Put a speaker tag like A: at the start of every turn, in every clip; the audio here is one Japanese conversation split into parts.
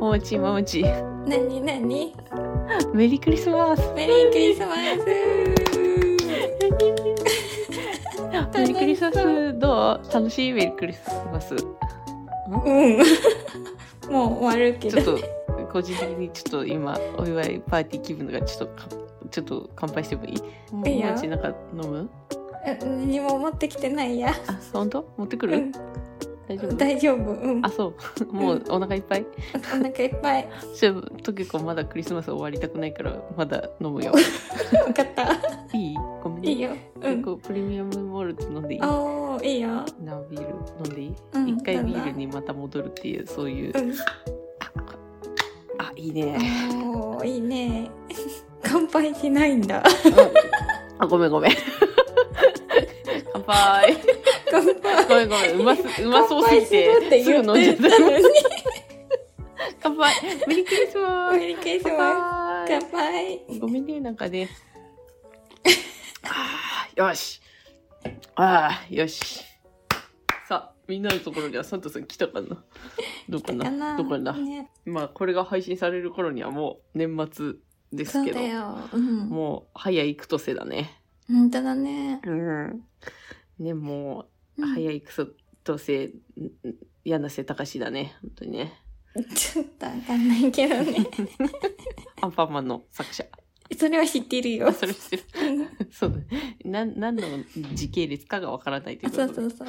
A: もちもち。
B: なになに
A: メリークリス マス。
B: メリークリスマス
A: メリークリスマスどう楽しいメリークリスマス。ち
B: うん。もう終わるけ
A: ょ
B: ど
A: っ。と、個人的にちょっと今、お祝いパーティー気分がちょっとか、ちょっと乾杯してもいい
B: いいよ
A: 友達なんか飲む
B: え何も持ってきてないや。
A: あ、本当持ってく
B: う
A: る
B: ん
A: 大丈夫
B: 大丈夫。うん。
A: あ、そう。もうお腹いっぱい
B: お腹いっぱい。
A: ちょ、トキコまだクリスマス終わりたくないから、まだ飲 むよ。
B: よかった。
A: い いごめんね。
B: いいよ。う
A: 結
B: ん。
A: 構プレミアムモルツ飲んでいい
B: おー、いいよ。
A: なビール飲んでいい一、
B: うん
A: 回ビール
B: 飲んだ
A: にまた戻るっていう、そういう。
B: うん。
A: あ、いいね。
B: おー、いいね。 乾杯しないんだ。
A: あ、ごめんごめん。乾杯。
B: 乾杯。
A: ごめんごめん。うます、うまそうすぎ、
B: 乾杯るって
A: すぐ
B: 言
A: 飲
B: っ
A: んじゃ
B: て
A: った
B: の
A: た。
B: に。
A: 乾杯。メリークリスマス
B: メ。リークリスマス。
A: 乾
B: 乾杯。
A: 杯。ごめんね、なんかね。あーよし。ああ、よし。さあ、みんなのところにはサンタさん来たかなどうかな
B: だな。
A: どうかな
B: ね
A: まあ、これが配信される頃にはもう年末です
B: そう
A: けど
B: だ。よ。うん。
A: もう、早いくとせだね。
B: 本当だね。
A: うん。ね、もう、
B: うん
A: 早いクソとせ柳瀬隆だね本当にね
B: ちょっとわかんないけどね。
A: アンパンマンの作 者
B: それは知ってるよ。
A: それしてるそうだねな何の時系列かがわからないというこ
B: そ
A: と
B: う
A: で
B: そうそう。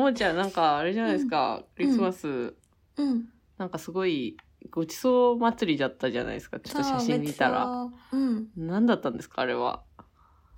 A: もーちゃんなんかあれじゃないですか、クリスマス、
B: うん。
A: なんかすごいごちそう祭りだったじゃないですかちょっと写真見たら
B: そう。別荘うん。え
A: 何だったんですかあれは
B: っ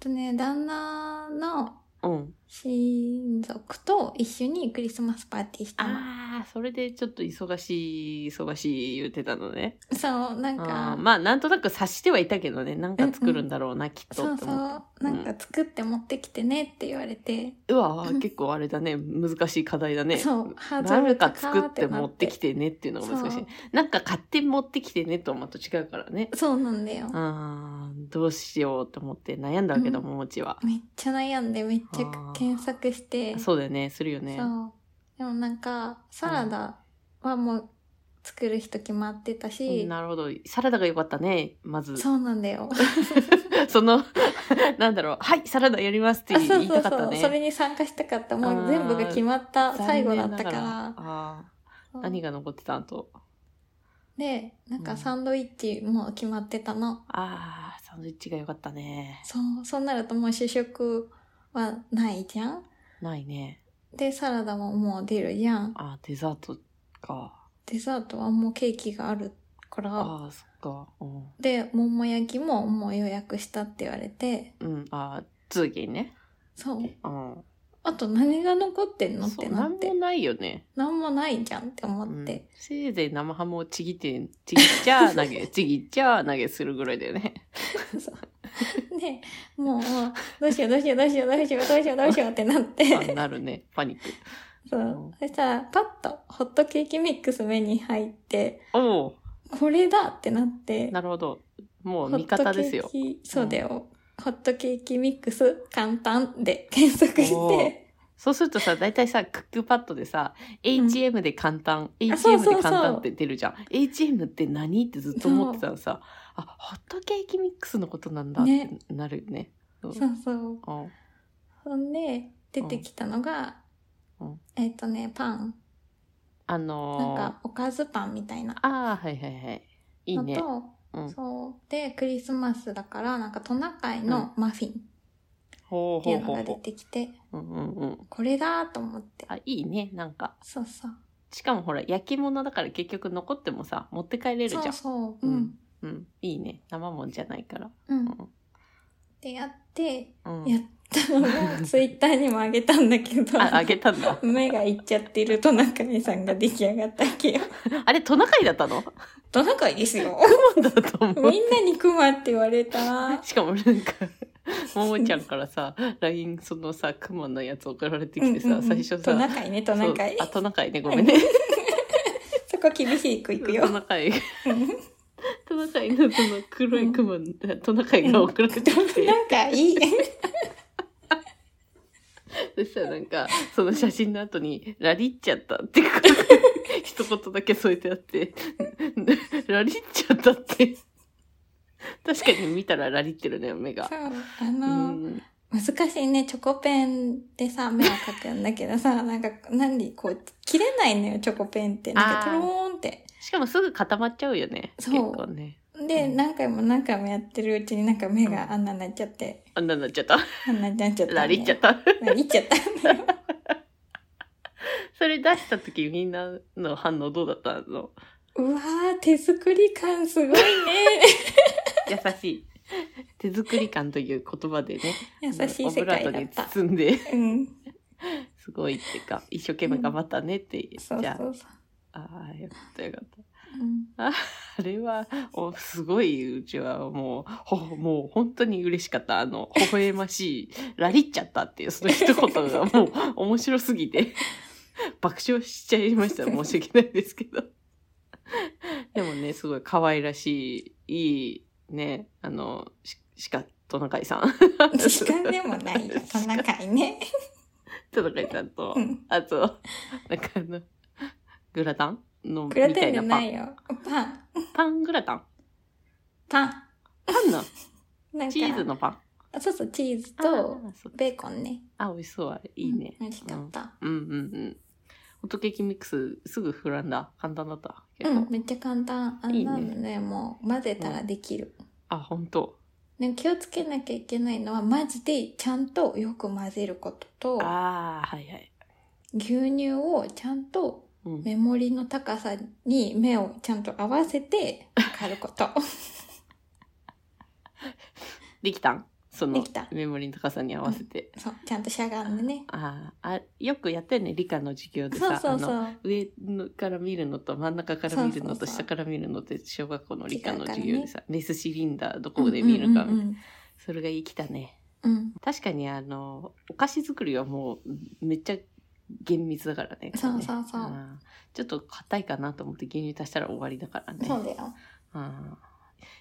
B: とね、旦那の
A: うん
B: 親族と一緒にクリスマスパーティーしたの。
A: ああそれでちょっと忙しい忙しい言ってたのね
B: そう、なん
A: あ
B: か
A: ー、まあなんとなく察してはいたけどねなんか作るんだろうな、きっと
B: そう
A: って
B: そう、
A: 思って
B: なんか作って持ってきてねって言われて、
A: うわ
B: うん
A: 結構あれだね難しい課題だね。
B: そう、ハード
A: な
B: ル
A: ん
B: 高
A: か
B: ー
A: 作って持ってき
B: て
A: てねっていうの
B: な
A: が
B: って
A: 難しい。なんか買って持ってきてねと思うと違うからね。
B: そうそうなんだよ。
A: あーどうしようと思って悩んだわけだ
B: うん
A: ももちは。
B: めっちゃ悩んで、めっち
A: あ
B: ゃ
A: ー
B: 検索して、
A: そうだよねするよね。
B: そう。でもなんか、サラダはもう作る人決まってたし、
A: なるほどサラダが良かったねまずそ
B: そうなんだよ。
A: の なんだろうはいサラダやりますって
B: あそ
A: 言
B: う
A: い
B: そ
A: た
B: う
A: かった
B: そう。
A: ね。
B: それに参加したかった。もう全部が決まった最後だったか
A: 残念な
B: ら
A: が。あ
B: そ
A: ー
B: う
A: 何が残ってたんと。
B: で、なん
A: う
B: か
A: ん
B: サンドイッチも決まってたの。
A: ああサンドイッチが良かったね。
B: そう、そうなるともう主食はないじゃん
A: ないね。
B: で、サラダももう出るじゃん。
A: あーデザートか。
B: デザートはもうケーキがあるから。
A: ああそっか。うん
B: で、もも焼きももう予約したって言われて。
A: うん、あ通勤ね。
B: そう。
A: うん。
B: あと何が残ってんのっ
A: そ
B: て
A: う
B: な
A: な
B: っ
A: ん
B: て
A: も。ないよね。
B: なんもないじゃんって思
A: う
B: っ
A: ん
B: て。、
A: せいぜい生ハムをちぎって、ちぎっちゃあ投げ、 ちぎっちゃあ投げするぐらいだよね。
B: で、もう、もうどうしようどうしようどうしようどうしようどうしようどうしようってなって。
A: あなるね。パニック。
B: そう。そしたら、パッとホットケーキミックス目に入って、
A: おお
B: これだってなって。
A: なるほど。もう味方です
B: ホ
A: よ
B: ット。ケーキそうだよ。ホットケーキミックス簡単で 検索して。
A: そうするとさ、大体さ、クックパッドでさ、
B: ん
A: HM で簡単、
B: あそう
A: HM
B: そうそう
A: で簡単って出るじゃん。HM って何ってずっと思ってたらさ、あ、ホットケーキミックスのことなんだって
B: ね
A: なるよね。そう
B: そうそう。
A: うん
B: ほんで、出てきたのが、
A: うん
B: えっ、とね、パン。
A: あ
B: なん
A: のー、
B: か、おかずパンみたいな。
A: ああ、はいはいはい。いい
B: のと、
A: ね。うん
B: そう。で、クリスマスだから、なんかトナカイのマフィン
A: ほうほ
B: っていううの
A: ほ
B: が
A: う
B: 出
A: ほ
B: てきて、
A: う。うんうんうん。
B: これだと思って。
A: あ、いいね。なんか。
B: そうそう。
A: しかもほら、焼き物だから結局残ってもさ、持って帰れるじゃん。
B: そううそう。うん。
A: ん。いいね。生もんじゃないから。
B: うん。
A: う
B: っ
A: ん。
B: てやって、
A: うん、
B: やったのが、ツイッターにもあげたんだけど。
A: あ、あげたんだ。
B: 目がいっちゃってるトナカイさんが出来上がったわけよ。
A: あれ、トナカイだったの
B: トナカイですよ。
A: そうだと
B: み
A: 思う。
B: んなにクマって言われた。
A: しかもなんか、ももちゃんからさ、LINE そのさ、クマのやつ送られてきてさ、
B: うんうんうん
A: 最初
B: トナ
A: さ、
B: カイね、トナカイ
A: そう。あ、トナカイね。ごめんね。
B: そこ厳しいくいく
A: ト
B: よ。
A: ナカイ。トナカイのその黒いクマ、トナカイが送られてきて。
B: なんかいい。
A: そしたらなんか、その写真の後に、ラリっちゃったっていうことが一言だけ添えてあって、ラリっちゃったって。確かに見たらラリってるね、目が
B: そ。う、あ
A: う
B: の、
A: ん、
B: 難しいね、チョコペンでさ、目を描くんだけどさ、なんか、なんで、こう、切れないのよ、チョコペンって。なんか、
A: あ
B: ト
A: ー
B: ローンって。
A: しかもすぐ固まっちゃうよね。
B: そう
A: 結構ね。
B: で、
A: うん
B: 何回も何回もやってるうちになんか目
A: う
B: があんなになっちゃって、
A: あんなになっちゃ った。
B: あんなになっちゃったんだよ。
A: ラリっちゃった。
B: ラリっちゃったんだよ。
A: それ出した時みんなの反応どうだったの
B: うわー、手作り感すごいね。
A: 優しい。手作り感という言葉でね。
B: 優しい
A: オブ
B: 世
A: ラ
B: 界
A: ー
B: だ
A: ト
B: っ
A: に
B: た。
A: 包んで、
B: うん。
A: すごいっていうか、一生懸命頑張ったねって。
B: そう
A: じ
B: そ
A: ゃ
B: うそ
A: あ、ああ、よかったよかった。
B: う。うん
A: あれは、おすごい、うちはもう、ほ、もう本当に嬉しかった。あの、微笑ましい、ラリっちゃったっていう、その一言がもう 面白すぎて、爆笑しちゃいました。申し訳ないですけど。でもね、すごい可愛らしい、いい、ね、あの、し、しか、トナカイさん。
B: 時間でも ないよ、トナカイね。
A: トナカイさんと
B: う、ん。
A: あと、なんかあの、グラタンの、み
B: グラ
A: た
B: テン
A: いな
B: じゃ
A: パ
B: な
A: ン。
B: いよ。パン。
A: パングラタン
B: パン。
A: パンの
B: なんか
A: チーズのパン
B: あそうそう、チーズ
A: あ
B: と
A: ーそう
B: ベーコンね。
A: あ、美味しそう。あれいいね。
B: うん美味しかった。
A: うんうんうん。ホットケーキミックス、すぐ膨らんだ。簡単だった。
B: う
A: 結構。
B: ん、めっちゃ簡単。あん
A: いいね
B: なのね、もう混ぜたらできる。
A: あ、ほんと。
B: ね、気をつけなきゃいけないのは、マジでちゃんとよく混ぜることと、
A: ああ、はいはい。
B: 牛乳をちゃんと
A: うん、
B: メモリの高さに目をちゃんと合わせて測る こと。
A: できたんその
B: できた
A: メモリの高さに合わせて。
B: そう、ちゃんとしゃがんでね。
A: あーあ、よくやったよね、理科の授業で
B: そう
A: さ。
B: そうそ
A: あの
B: う。
A: 上のから見るのと真ん中から見るの
B: そ
A: と
B: うそうそう
A: 下から見るのって小学校の理科
B: 違
A: の
B: うからね
A: 授業でさ、レスシリンダーどこで見るか、
B: うんうん
A: それが生きたね。
B: うんうん。
A: 確かにあのお菓子作りはもうめっちゃ厳密だからね
B: そうそうそう
A: あーちょっと硬いかなと思って牛乳足したら終わりだから
B: うん
A: ね
B: そうだよ。
A: あ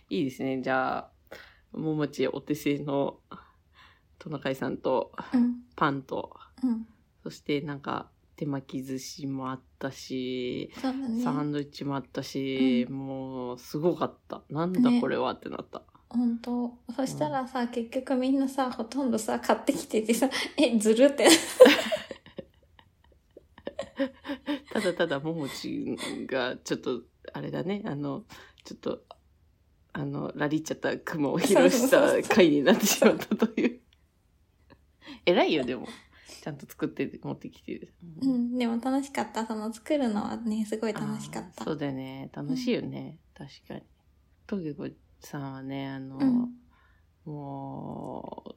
A: ーいいですねじゃあももちお手製のトナカイさんと
B: うん。
A: パンと
B: うん。
A: そしてなんか手巻き寿司もあったし、
B: そうだね。
A: サンドイッチもあったし、もうすごかったなんだ
B: ね
A: これはってなった、
B: 本当そしたらさ、結局みんなさほとんどさ買ってきててさ えずるって
A: ただただももちがちょっとあれだねあのちょっとあのラリっちゃった雲を披露した回になってしまったという 偉いよでもちゃんと作って持ってきてる、
B: う
A: あ
B: んでも楽しかったその作るのはねすごい
A: ー
B: 楽しかった
A: そうだよね楽しいよね、確かにトゲ子さんはねあの、
B: うん
A: もう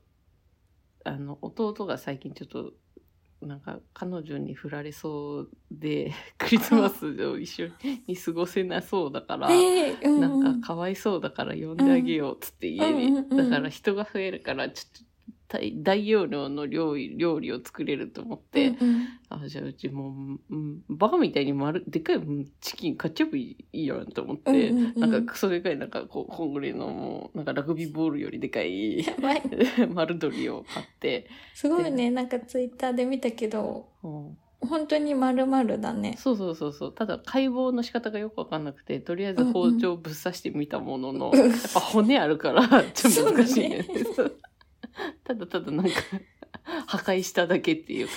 A: あの弟が最近ちょっとなんか彼女に振られそう でクリスマスを一緒に過ごせなそうだから、
B: えー、うんうん
A: なんかかわいそうだから呼んであげようっつって家に、
B: うんうんうん
A: だから人が増えるからちょっと大大容量の料理料理を作れると思って、
B: うんうん
A: あじゃあうちもう、うん、バカみたいに丸でかいうんチキン買っちゃえばいいやんと思って、
B: うんうんうん
A: なんかクソでかいなんかこうこんぐらいのもうなんかラグビーボールよりでかい
B: やばい
A: 丸鶏を買って、
B: すごいねなんかツイッターで見たけど
A: うん
B: 本当に丸々だね
A: そうそうそうそうただ解剖の仕方がよくわかんなくてとりあえず包丁ぶっ刺してみたものの、
B: うん
A: やっぱ骨あるから ちょっと難しいね
B: そうだね
A: そう ただただなんか破壊しただけっていう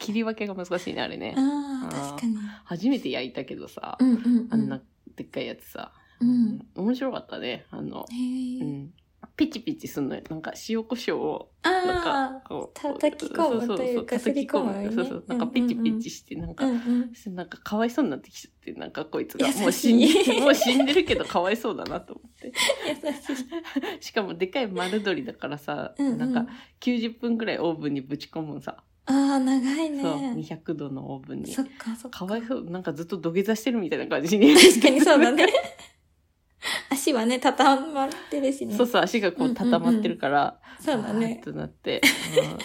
A: 切り分けが難しいねあれね
B: あー
A: あー
B: 確かに
A: 初めて焼いたけどさ、
B: うんうん
A: あん
B: う
A: なんでっかいやつさ、
B: うん
A: 面白かったねあの、
B: へ
A: う
B: ー
A: ん、ピチピチすんのよなんか塩コショウをなん
B: あ
A: かこう
B: 叩き込むというか
A: そうそうそう
B: すり込むよね
A: そうそうなんかピチピチしてなん
B: あ
A: か、
B: うんうん
A: なんかかわいそうになってきちゃってなんかこいつが
B: 優しい
A: もう死んで もう死んでるけどかわいそうだなと思って
B: 優しい
A: しかもでかい丸鶏だからさ
B: うんうん
A: なんか90分ぐらいオーブンにぶち込むんさ、
B: あー長い
A: そう
B: ね
A: 200度のオーブンに
B: そっかそっか
A: かわいそうなんかずっと土下座してるみたいな感じに
B: 確かにそう だね。足はね、畳まってるしね。
A: そうそう足がこう畳まってるから、
B: そうだね
A: あー。となって、うん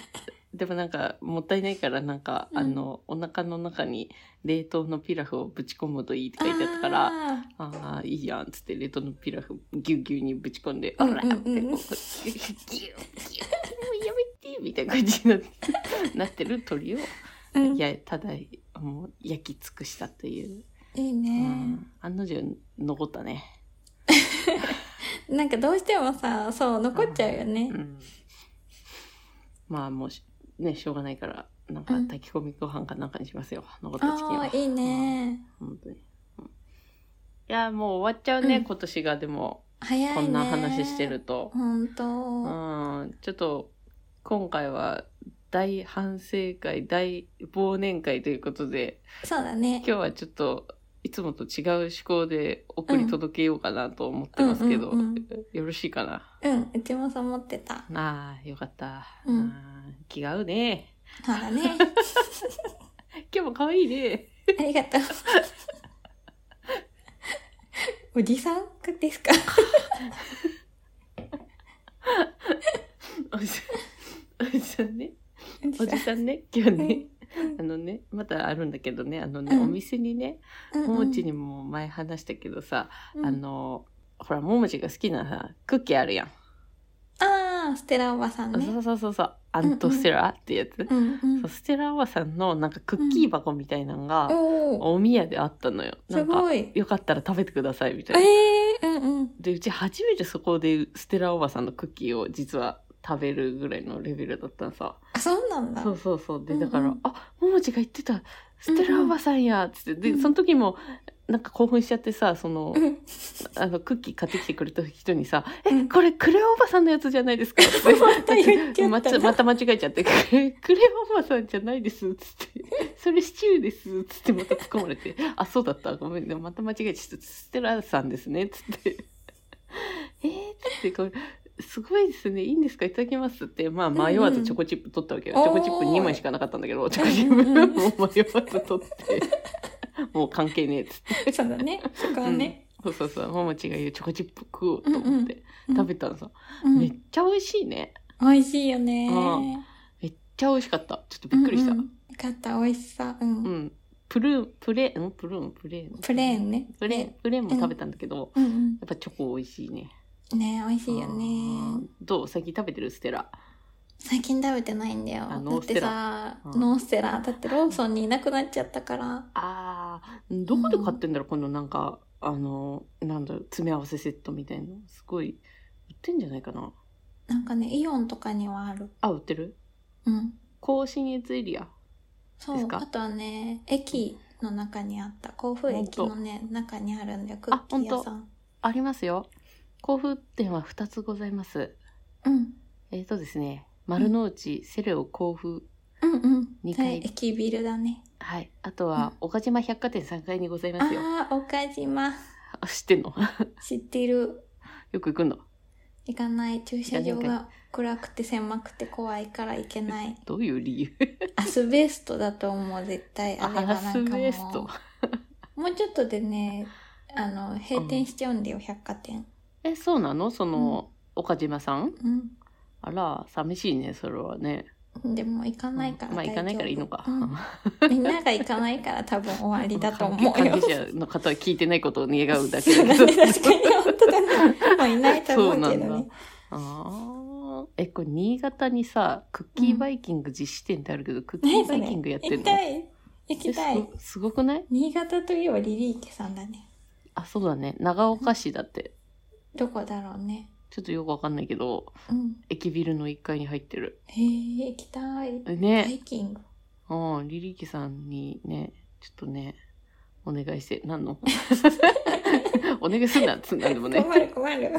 A: でもなんかもったいないからなんか、
B: うん
A: あのお腹の中に冷凍のピラフをぶち込むといいって書いてあったからあ
B: あ
A: あーいいやんっつって冷凍のピラフギュギュにぶち込んで「
B: う
A: あ
B: んうん
A: ら!」ってこう
B: うん
A: ギュッギュッもうやめてーみたいな感じになってなってる鳥を、
B: うん、
A: い
B: い
A: や、ただ、もう焼き尽くしたという。
B: いうね、
A: ん、案の定残ったね。
B: なんかどうしてもさそう残っちゃうよね
A: うん、まあもうしねしょうがないからなんか
B: うん
A: 炊き込みご飯かなんかにしますよ、残ったチキン
B: あ
A: は
B: あいいね
A: 本当に、うんいやもう終わっちゃうね、
B: うん
A: 今年がでも
B: 早い
A: こ
B: ね
A: んな話してると、
B: 本当、
A: うんちょっと今回は大反省会大忘年会ということで
B: そうだね
A: 今日はちょっといつもと違う思考で送り届けようかなと思ってますけど、
B: うんうんうん
A: よろしいかな
B: うんうちもそう思ってた
A: ああよかった、
B: うん
A: あー気が合うね
B: そうだね
A: 今日も可愛いね。
B: ありがとうおじさんですか
A: おじさん、おじさんね、
B: おじ
A: お
B: さ
A: じ
B: ん
A: さんね、今日ね、
B: うん
A: あのね、またあるんだけどね、あのね、
B: うん
A: お店にね、
B: うんうん
A: ももちにも前話したけどさ、
B: うん
A: あの、ほら、ももちが好きなさ、クッキーあるやん。
B: ああステラおばさんね
A: そうそうそうそう、アントステラってやつ。
B: うんうん
A: そうステラおばさんのなんかクッキー箱みたいなのが、
B: おお
A: お宮であったのよ。な
B: す
A: んか、
B: ごい
A: よかったら食べてくださいみたい
B: え
A: な。
B: えー、うんうん
A: でうち初めてそこでステラおばさんのクッキーを実は食べるぐらいのレベルだったのさ
B: あそうなんだ
A: そうそうそうで
B: うんうん
A: だから「あももちが言ってたステラおばさんや」っつって
B: う
A: で
B: ん
A: その時もなんか興奮しちゃってさその
B: うん
A: あのクッキー買ってきてくれた人にさ「
B: う
A: え
B: ん
A: これクレおばさんのやつじゃないです か」って
B: また言っちゃったな
A: またまた間違えちゃって「 クレクレおばさんじゃないです」っつ って「それシチューです」っつってまた突っ込まれて「あそうだったごめんねまた間違えちゃったステラさんですね」っつって「えー」っつってこれ。すごいですね。いいんですかいただきますって。まあ、迷わずチョコチップ取ったわけよ。
B: うんうん
A: チョコチップ2枚しかなかったんだけど、チョコチッ
B: う んうん
A: プを迷わず取って、もう関係ねえっつって。
B: そうだねそこはね、
A: うん、そうそうそうももちが言うチョコチップ食おうと思って
B: うん
A: 食べたのさ、
B: うん、
A: めっちゃ美味しいね
B: 美味しいよね
A: うんめっちゃ美味しかったちょっとびっくりしたう、
B: うんうんんよかった美味しさうん、
A: プルーンプレーンプルーンプレーン
B: プレーンね
A: プレーンプレーンも食べたんだけど、
B: うん
A: やっぱチョコ美味しいね
B: うんね美味しいよ
A: う
B: ね
A: んどう最近食べてるステラ
B: 最近食べてないんだよだ
A: あノ
B: っ
A: ーステ
B: て
A: ラ
B: さ
A: うん
B: ノーステラだってローソンにいなくなっちゃったから
A: あーどこで買ってんだろう、今度なんかあのなんだろう詰め合わせセットみたいなすごい売ってんじゃないかな
B: なんかねイオンとかにはある
A: あ売ってる
B: うん
A: 甲信越エリア
B: そ
A: です
B: う
A: か
B: あとはね駅の中にあった甲府駅のね中にあるんだよクッキー屋さん
A: ありますよ甲府店は2つございます
B: うん
A: えーとですね、丸の内、セレオ甲府、
B: うんうん
A: 二
B: それ
A: 階
B: 駅ビルだね
A: はい、あとは、岡島百貨店3階にございますよ。
B: ああ岡島
A: あ 知ってんの
B: 知ってる
A: よく行くの
B: 行かない駐車場
A: 行かない
B: が暗くて狭くて怖いから行けない
A: どういう理由
B: アスベストだと思う絶対あれは
A: ア
B: な
A: ス
B: んかも
A: ベ
B: う
A: スト。
B: もうちょっとでねあの閉店しちゃうんだよ、百貨店
A: え、そうなのその、岡島さん
B: う
A: あら、寂しいね、それはね。
B: んでも行かないから
A: まあ、
B: 大丈夫、
A: 行かないからいいのか。
B: うんみんなが行かないから多分終わりだと思うよ
A: 関係者の方は聞いてないことを願うだけ
B: そう
A: だ
B: だ
A: けど
B: ね。確かに本当だねもういないと思うけ
A: そう
B: ど
A: な
B: ね
A: んああ。え、これ、新潟にさ、クッキーバイキング実施店ってあるけど、クッキ
B: 何
A: ー
B: そ
A: バ
B: れ
A: イキングやってん
B: 行き
A: の
B: たい行きた
A: えす
B: い
A: ごすごくない
B: 新潟といえばリリーケさんだね
A: あ、そうだね。長岡市だって。
B: どこだろうね
A: ちょっとよくわかんないけど、
B: うん
A: 駅ビルの1階に入ってる。
B: へえ行きたいバ
A: ね。
B: イキング
A: うん、リリキさんにね、ちょっとね、お願いして、何 のお願いすんなっつうんだでもね。
B: 困る困 る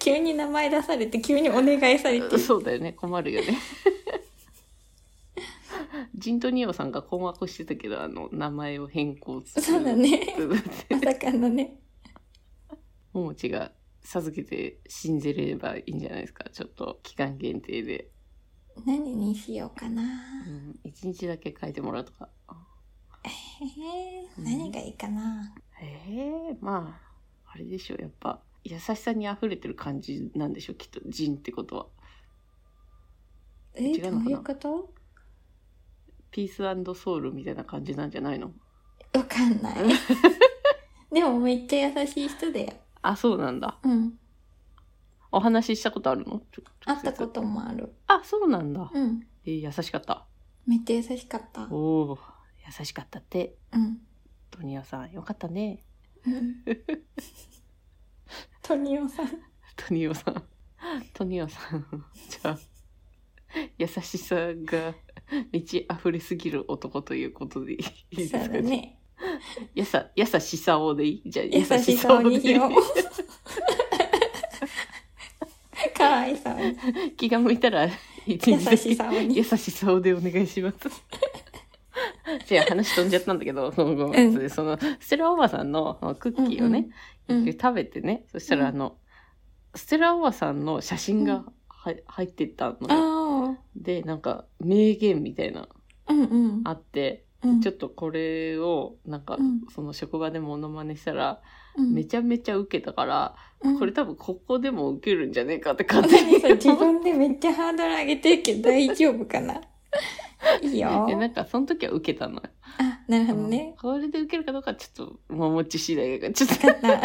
B: 急に名前出されて急にお願いされて
A: そうだよね、困るよね。 ジントニオさんが困惑してたけど、あの、名前を変更する。
B: そ うだね
A: ということで。
B: まさかのね
A: ももちが授けて信じればいいんじゃないですか。ちょっと期間限定で。
B: 何にしようかな
A: うん、1日だけ書いてもらうとか。
B: へえ
A: うん
B: 何がいいかな
A: ええまああれでしょやっぱ優しさに溢れてる感じなんでしょきっと人ってことは
B: え
A: 違うのか
B: ど
A: な
B: ういうこと
A: ピースソウルみたいな感じなんじゃないの
B: わか んないでもめっちゃ優しい人だよ
A: あそうなんだ
B: うん
A: お話ししたことあるのちょ
B: 会ったこともある。
A: あ、そうなんだ。
B: うん。
A: えー優しかった。
B: めっちゃ優しかった。
A: おお、優しかったって。
B: うん。
A: トニオさん、よかったね。
B: うん。トニオさん。
A: トニオさん。 トニオさん。 じゃあ、優しさが満ち溢れすぎる男ということでいいです
B: そ
A: か
B: うだね。
A: やさ、やさしさおでいいじゃあ、
B: 優しさをに
A: でいい
B: ひよう。 かわいさをに。
A: 気が向いたら、一
B: 優
A: 日だけ
B: しさをに
A: 優。しさをでお願いします。 じゃあ話飛んじゃったんだけど、そのごめん
B: う
A: そのステラおばさんのそのクッキーをね、
B: うんうん
A: 一回食べてね、そした
B: うん
A: らあの、ステラおばさんの写真がは、入ってたのよ。
B: あ
A: で、なんか名言みたいな
B: あ。うんうん。
A: あって、
B: うん
A: ちょっとこれをなんか、
B: うん
A: その職場でモノマネしたら、
B: うん
A: めちゃめちゃ受けたから、
B: うん
A: これ多分ここでも受けるんじゃねえかって感じ
B: 何それ自分でめっちゃハードル上げてるけど大丈夫かないいよ
A: で、。なんかその時は受けたのよ。
B: あ、なるほどね。
A: これで受けるかどうかはちょっと、ももち次第が、ちょっと、
B: かった。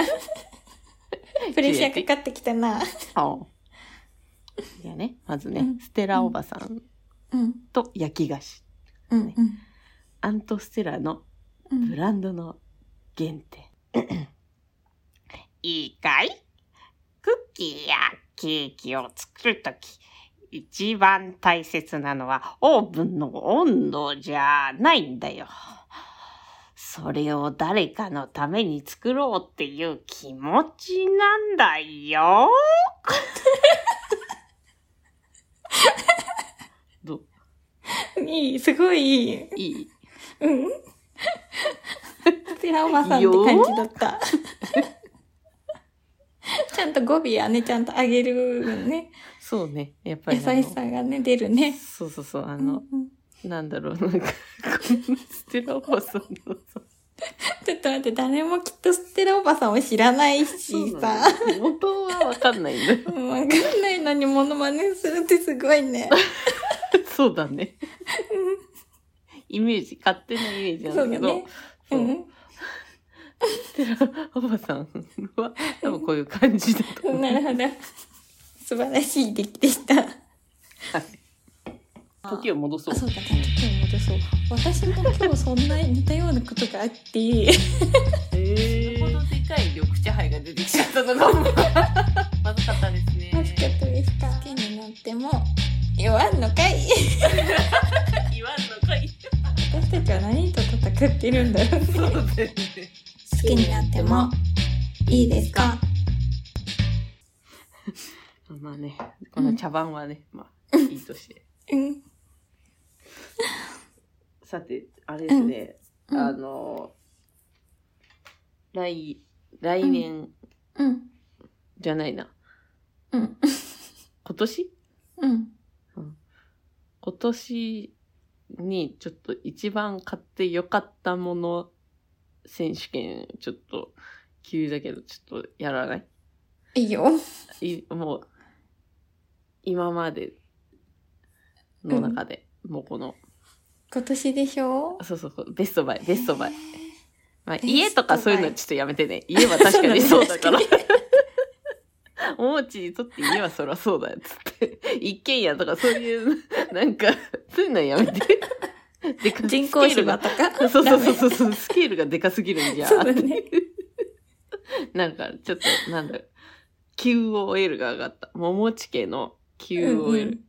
B: プレッシャーかかってきたな。
A: あじゃあね、まずね、
B: うん
A: ステラおばさん
B: うん。
A: と焼き菓子。
B: うん。うん
A: アントステラのブ
B: うん。
A: ランドの原点。 いいかいクッキーやケーキを作るとき、一番大切なのはオーブンの温度じゃないんだよ。それを誰かのために作ろうっていう気持ちなんだよ。 どう
B: いい、すごいいい。
A: いい
B: うん。寺おばさんって感じ だった。ちゃんと語尾はね、ちゃんと上げるよね。
A: そうね。やっぱ
B: 優
A: りあの。
B: しさがね、出るね。
A: そうそうそう。あ
B: あ
A: の、なんだろう、なんか、こんなステラおばさんのさ、
B: ちょっと待って、誰もきっとステラおばさんを知らないしさ。
A: 本当はわかんないんだよ。
B: わかんないのにモノマネするってすごいね。
A: そうだね。イメージ、勝手なイメージなんだけど、
B: う
A: そう,、
B: ん。
A: ステラおばさんは、多分こういう感じだと思う。
B: なるほど。素晴らしい出来でした。
A: 時を戻そう。
B: そうだ、今日戻そう。私も今日そんな似たようなことがあ って。
A: えー、ほどでかい緑茶杯が出てきちゃったのが、まずかったですね
B: マスカットでした。好きになっても弱んの かい
A: 言わんのかい。
B: 私たちは何と戦ってるんだろう
A: そうだね。
B: 好きになってもいいですか
A: まあね、この茶番はね、まあ、いいとして。
B: うん。
A: さて、あれですね、
B: うん
A: あの、来、来年
B: うん。
A: じゃないな。
B: うん。
A: 今年
B: うん。
A: 今年にちょっと一番買ってよかったもの選手権、ちょっと急だけど、ちょっとやらない
B: いいよ。
A: いもう、今までの中で、もうこの、
B: 今年でしょ
A: そうそうそう、ベストバイ、ベストバイ。まあ、
B: ベストバイ
A: 家とかそういうのちょっとやめてね。家は確か にそうだから。おもちにとって家はそらそうだよっつって。一軒家とかそういう、なんか、そういうのやめて。でか
B: 人工芝
A: が。
B: と
A: そうそう
B: か。
A: そう
B: う。
A: そうそう、スケールがでかすぎるんじゃ。
B: そうだね。
A: なんか、ちょっと、なんだろう、QOL が上がった。桃地家の QOL、クオリテ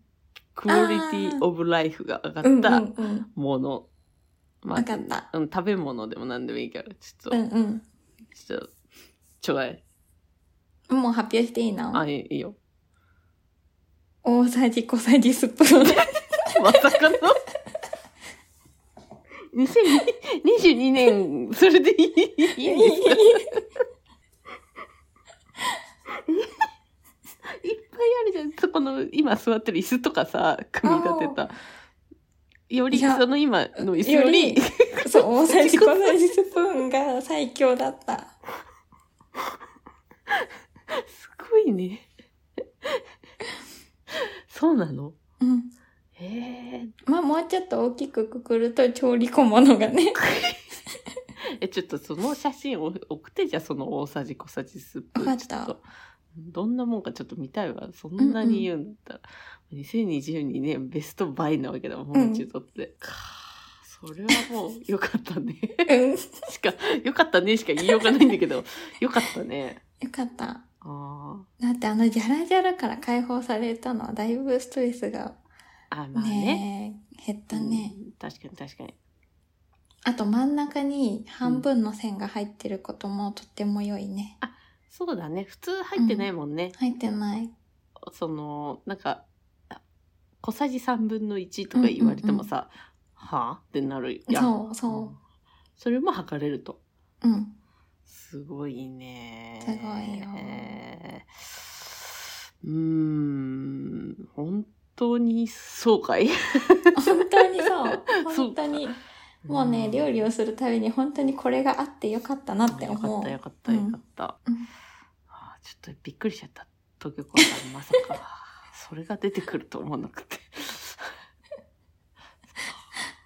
A: ィオブライフが上が
B: うんう
A: っ
B: ん。うんう
A: た
B: んうん。
A: もの。
B: わかった。
A: うん、食べ物でも何でもいいから、ちょっと、
B: うん
A: ちょっと、ちょうだい。
B: うん。もう発表していい
A: あ、
B: の
A: いいいいよ。
B: 大さじ小さじスプーン。
A: まさかの2022年、それでいいいいんですかいっぱいあるじゃん。そこの、今座ってる椅子とかさ、組み立てた。より、
B: いや
A: その今の椅子よ
B: よ
A: り
B: り、そう、大さじ小さじスプーンが最強だった。
A: すごいね。そうなの
B: うん。
A: へえ。
B: まあもうちょっと大きくくくると調理小物がね。
A: え、ちょっとその写真を送って、じゃあその大さじ小さじスープ。
B: わかった
A: ちょっとどんなもんかちょっと見たいわ。そんなに言うんだったら。2022年ベストバイなわけだもん、
B: うん
A: 本中とって。かあそれはも う良かったね。
B: うん。よ
A: しか、良かったねしか言いようがないんだけど、良かったね。
B: かった。
A: あ
B: だってあのギャラギャラから解放されたのはだいぶストレスが
A: あ。あ、まあね。
B: ね減ったね、
A: うん。確かに確かに。
B: あと真ん中に半分の線が入ってることもとっても良いね。
A: そうだね。普通入ってないもんね。
B: 入ってない。
A: その、なんか、あ小さじ3分の1とか言われてもさ、はあってなるやん。
B: そうそ
A: んそれも測れると。
B: う。うん。
A: すごいね。
B: すごいよ
A: うーん、本当にそうかい
B: 本当 にそう。
A: そう
B: 本当に。もうね、料理をするたびに本当にこれがあってよかったなって
A: よか
B: 思
A: っ
B: う
A: た。よかった
B: う
A: よ
B: ん
A: かった。
B: うん
A: あーちょっとびっくりしちゃった。東京コさんまさか、それが出てくると思わなくて。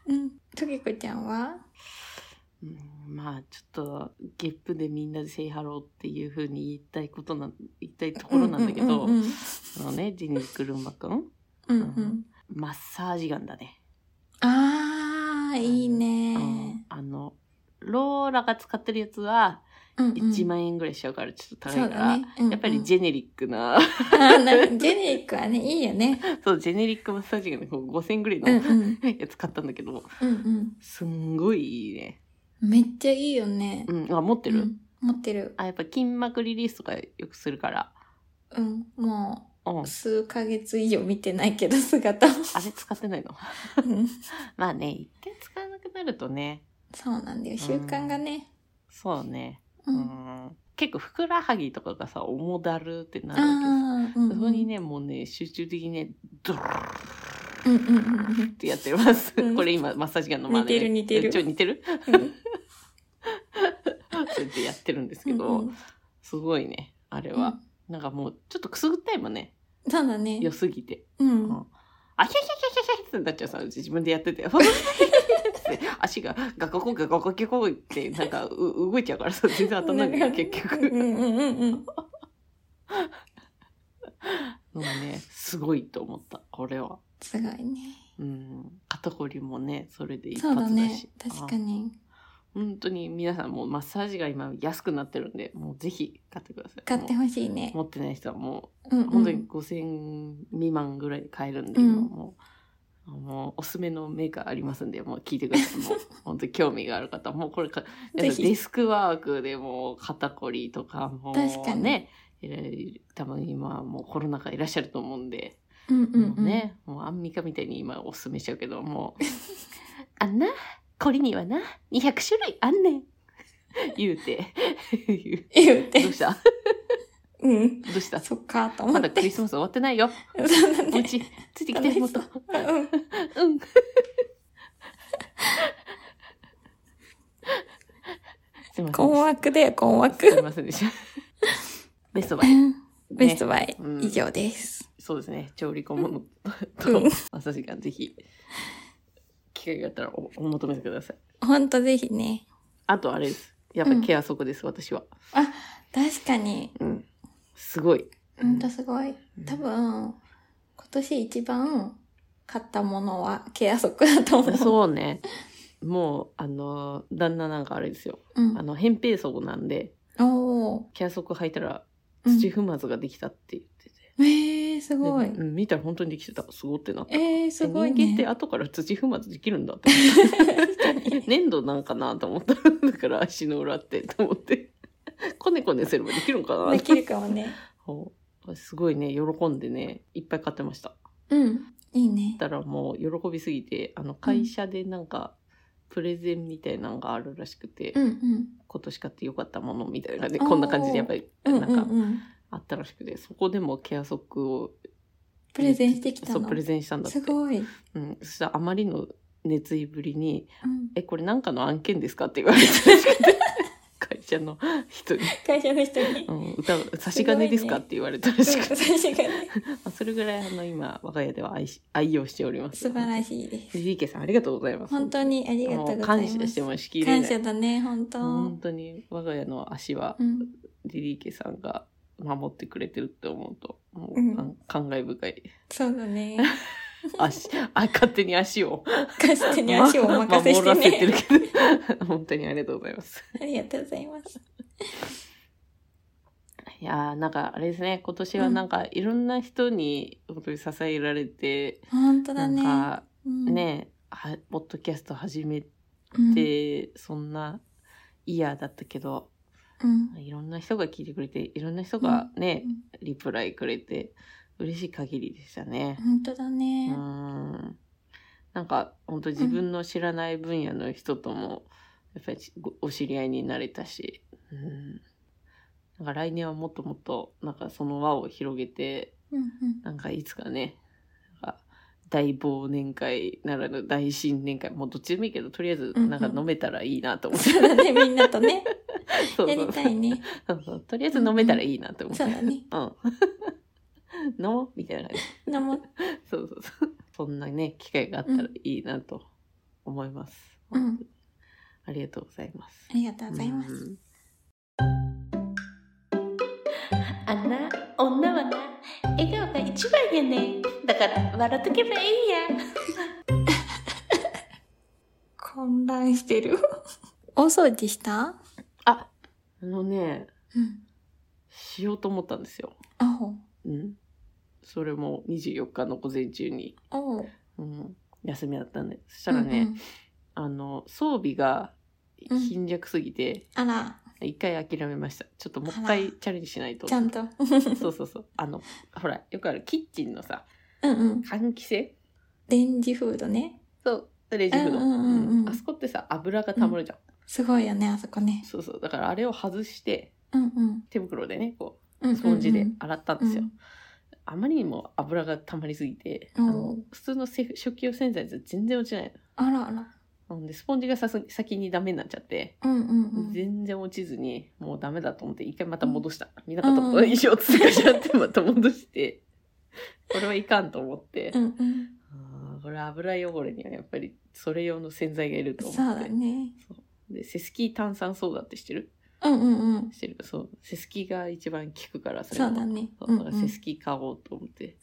B: うん。ときこちゃんは
A: うんまあちょっとゲップでみんなで「セイハロー」っていうふうに言いたいことな言いたいところなんだけど、
B: うんうん
A: あのねジニー・クルンバ君
B: うんうん。うん
A: マッサージガンだね、
B: うん。あー、いいね。
A: うんあのローラが使ってるやつは
B: うんうん
A: 1万円ぐらいしちゃうからちょっと高い
B: そう
A: から、
B: だね。うんうん
A: やっぱりジェネリックな
B: あーなるジェネリックはね、いいよね。
A: そうジェネリックマッサージガンでこう5000円ぐらいの
B: うんう
A: や
B: ん。
A: つ買ったんだけど
B: うんうん。
A: すんごいいいね、
B: めっちゃいいよね。
A: うん、あ持ってる、
B: うん持ってる。
A: あやっぱ筋膜リリースとかよくするから
B: うん。も
A: うん
B: う、数ヶ月以上見てないけど、姿を。
A: あれ使ってないの
B: うん
A: まあね、一回使わなくなるとね、
B: そうなんだよ。習慣がね。
A: そうね、
B: う。
A: うんん、結構ふくらはぎとかがさ、重だるってなるわけさ。
B: ああ、うんう
A: そ
B: ん。
A: こにね、もうね、集中的にね、ドローっ
B: うんうんうん
A: てやってます。
B: うん
A: これ今、マッサージガンの前で、
B: 似てる似てる
A: ちょ、似てる
B: うん。
A: そうやってやってるんです
B: う
A: け
B: ん
A: ど、
B: うん
A: すごいね、あれは。なんかもう、ちょっとくすぐったいもんね、
B: そうだね
A: 良。すぎて。
B: うん。
A: うんあひゃひゃひゃひゃひゃってなっちゃうさ、うち自分でやってて。ふふふって足がガココガココキココってなんかう動いちゃうからさ全然頭ない結
B: うん
A: 局
B: うんうんうん。
A: のもね、すごいと思った、これは。
B: すごいね。
A: うん。肩こりもね、それで一
B: そうだ
A: 発だ
B: ね
A: し。。
B: 確か
A: あ。
B: に。
A: 本当に皆さんもうマッサージが今安くなってるんで、もうぜひ買ってください。
B: 買って
A: も
B: ほしいね
A: う。持ってない人はも
B: うんう
A: う、
B: ん。
A: 本当に5000未満ぐらいで買えるんで、
B: うん
A: 今もう、もうおすすめのメーカーありますんで、もう聞いてください。 もう本当に興味がある方、もうこれか、
B: ぜ
A: デ
B: ひ。
A: スクワークでもう肩こりとかもうね、
B: 確かに
A: いろいろ多分今もうコロナ禍いらっしゃると思うんで、
B: うんうん
A: もうね、もうアンミカみたいに今おすすめしちゃうけど、もう、 あんな、こりにはな、200種類あんね ん。言うて、 言う
B: うん。言っ
A: ど
B: て
A: うし。た
B: うん。
A: どうした
B: そっかと思
A: ま
B: っ
A: だ
B: て
A: ク。リスマス終わってないよ。
B: そうだ
A: お
B: ね。
A: 家、ついてきて、もっと。
B: うん。
A: うん。すいませんでした
B: 困。惑だよ、困
A: すい
B: 惑。
A: ませんでした。ベストバイ。
B: ベストバイ、
A: うん
B: 以上です。
A: そうですね。調理小物 と、
B: うん
A: 朝時間ぜひ、機会があったらおお求めください。
B: ほんとぜひね。
A: あとあれです。やっぱりケア足です、私は。
B: 確かに、
A: うん。すごい。
B: ほんとすご
A: う
B: い。
A: ん
B: 多分、今年一番買ったものはケア足だと思う。う。
A: そうね。もう、あの、旦那なんかあれですよ。
B: うん
A: あ。の、扁平足なんで、
B: おー。
A: ケア足履いたら
B: うん
A: 土踏まずができたって言ってて。
B: えー、す
A: で
B: ごい。
A: うん見たら本当にできてた。すごってなった。
B: えー、すごい
A: 人間って
B: ね。
A: 後から土踏まずできるんだって思った。 粘土なんかなと思った。だから足の裏ってと思って。こねこねすればできるんかな
B: できるかもね。
A: そうすごいね、喜んでね、いっぱい買ってました。
B: うん。いいね。
A: だからもう喜びすぎて、あの会社でなんか、プレゼンみたいなのがあるらしくて、
B: うんうん。
A: 今年買ってよかったものみたいなね、
B: おー
A: こんな感じでやっぱり
B: うん
A: なん
B: うん
A: か
B: うん。
A: あったらしくて、そこでもケア足を
B: プレゼンしてきた
A: そう
B: の
A: プ。レゼンしたんだって
B: す。ごい。
A: うん、そしたらあまりの熱意ぶりに、
B: うん
A: え、これなんかの案件ですかって言われたらしくて、 会社の人に、
B: 会社の人に。
A: う
B: うん
A: ん、歌う、差し金ですか
B: すごいね
A: って言われたらしくて、
B: 最初がね
A: まあそれぐらいあの今、我が家では愛し愛用しております。
B: 素晴ら
A: い。
B: しいです。
A: 藤池さんありがとうございます。
B: 本当にありがとうございます。
A: もう感謝してもしきれない。
B: 感謝だね、本当。
A: 本当に我が家の足は
B: うん。
A: リリー家さんが守ってくれてるって思うと、も
B: うん
A: うかん感慨深い。
B: そうだね。
A: 足、 あ、勝手に足を、
B: 勝手に足をお任せして
A: 守らせてる
B: ね。
A: けど、 本当にありがとうございます。
B: ありがとうございます。
A: いやー、なんかあれですね、今年はなんかいろんな人に本当に支えられて、
B: 本当
A: な
B: だ
A: ん
B: ね。
A: か
B: うん、
A: ね、はポッドキャスト始め
B: うん、
A: て、そんなイヤーだったけど、
B: うん、
A: いろんな人が聞いてくれて、いろんな人がね、リプライくれて、嬉しい限りでしたね。
B: 本当だ
A: う
B: ね。
A: ん。なんか、本当自分の知らない分野の人とも、やっぱりごお知り合いになれたし、うん。なんか来年はもっともっと、なんかその輪を広げて、
B: うん、うん、
A: なんかいつかね、なんか大忘年会ならぬ大新年会、もうどっちでもいいけど、とりあえず
B: うんうん
A: なんか飲めたらいいなと 思って。
B: そうだね、みんなと ね、
A: そう
B: や
A: そ
B: り
A: う
B: たい ね。
A: そうそうとりあえず飲めたらいいなと思って。
B: そうだね。
A: うん。 飲もうみたいな感じ。
B: なも、
A: そうそうそう。そんなね、機会があったらいいなと思います。
B: うん、
A: ありがとうございます。
B: ありがとうございます。
A: うん
C: あんな女はな笑顔が一番やねだから笑っとけばいいや
B: 混乱してる。 大掃除した
A: あ、あのね、
B: うん。
A: しようと思ったんですよ。
B: あほ。
A: うん。それも24日の午前中に、
B: おう。
A: うん、休みだったんで。そしたらね、
B: うんうん
A: あの、装備が
B: うん
A: 貧弱すぎて、
B: あら、
A: 一回諦めました。ちょっともう一
B: あら
A: 回チャレンジしないと
B: ち。ゃんと。
A: そうそうそう。あの、ほら、よくあるキッチンのさ、
B: うんうん。
A: 換気扇
B: レンジフードね。
A: そう。レジフの、
B: うんうんうんうん
A: あそこってさ、油がたまるじゃん。
B: すごいよね、あそこね。
A: そうそう。だからあれを外して、
B: うんうん。
A: 手袋でね、こ
B: うんう
A: う、
B: ん
A: スポンジで洗ったんですよ。
B: うん
A: あまりにも油がたまりすぎて、あ
B: うん
A: の普通のせ食器用洗剤じゃ全然落ちないの。
B: あらあら。
A: なんで、スポンジがさす先にダメになっちゃって、
B: うんうんうん。
A: 全然落ちずに、もうダメだと思って、一回また戻した。見なかったことないしようって言ってまた戻して、これはいかんと思って、
B: うんうん。
A: あーこれ油汚れにはやっぱりそれ用の洗剤がいると
B: そ
A: 思
B: う
A: って。
B: だね。
A: で、セスキー炭酸ソーダって知ってる
B: うんうんうん。
A: 知ってるそう。セスキーが一番効くから、それ
B: そ
A: は
B: うだね。
A: そううんだ
B: う
A: からセ
B: ん
A: ス。キー買おうと思って、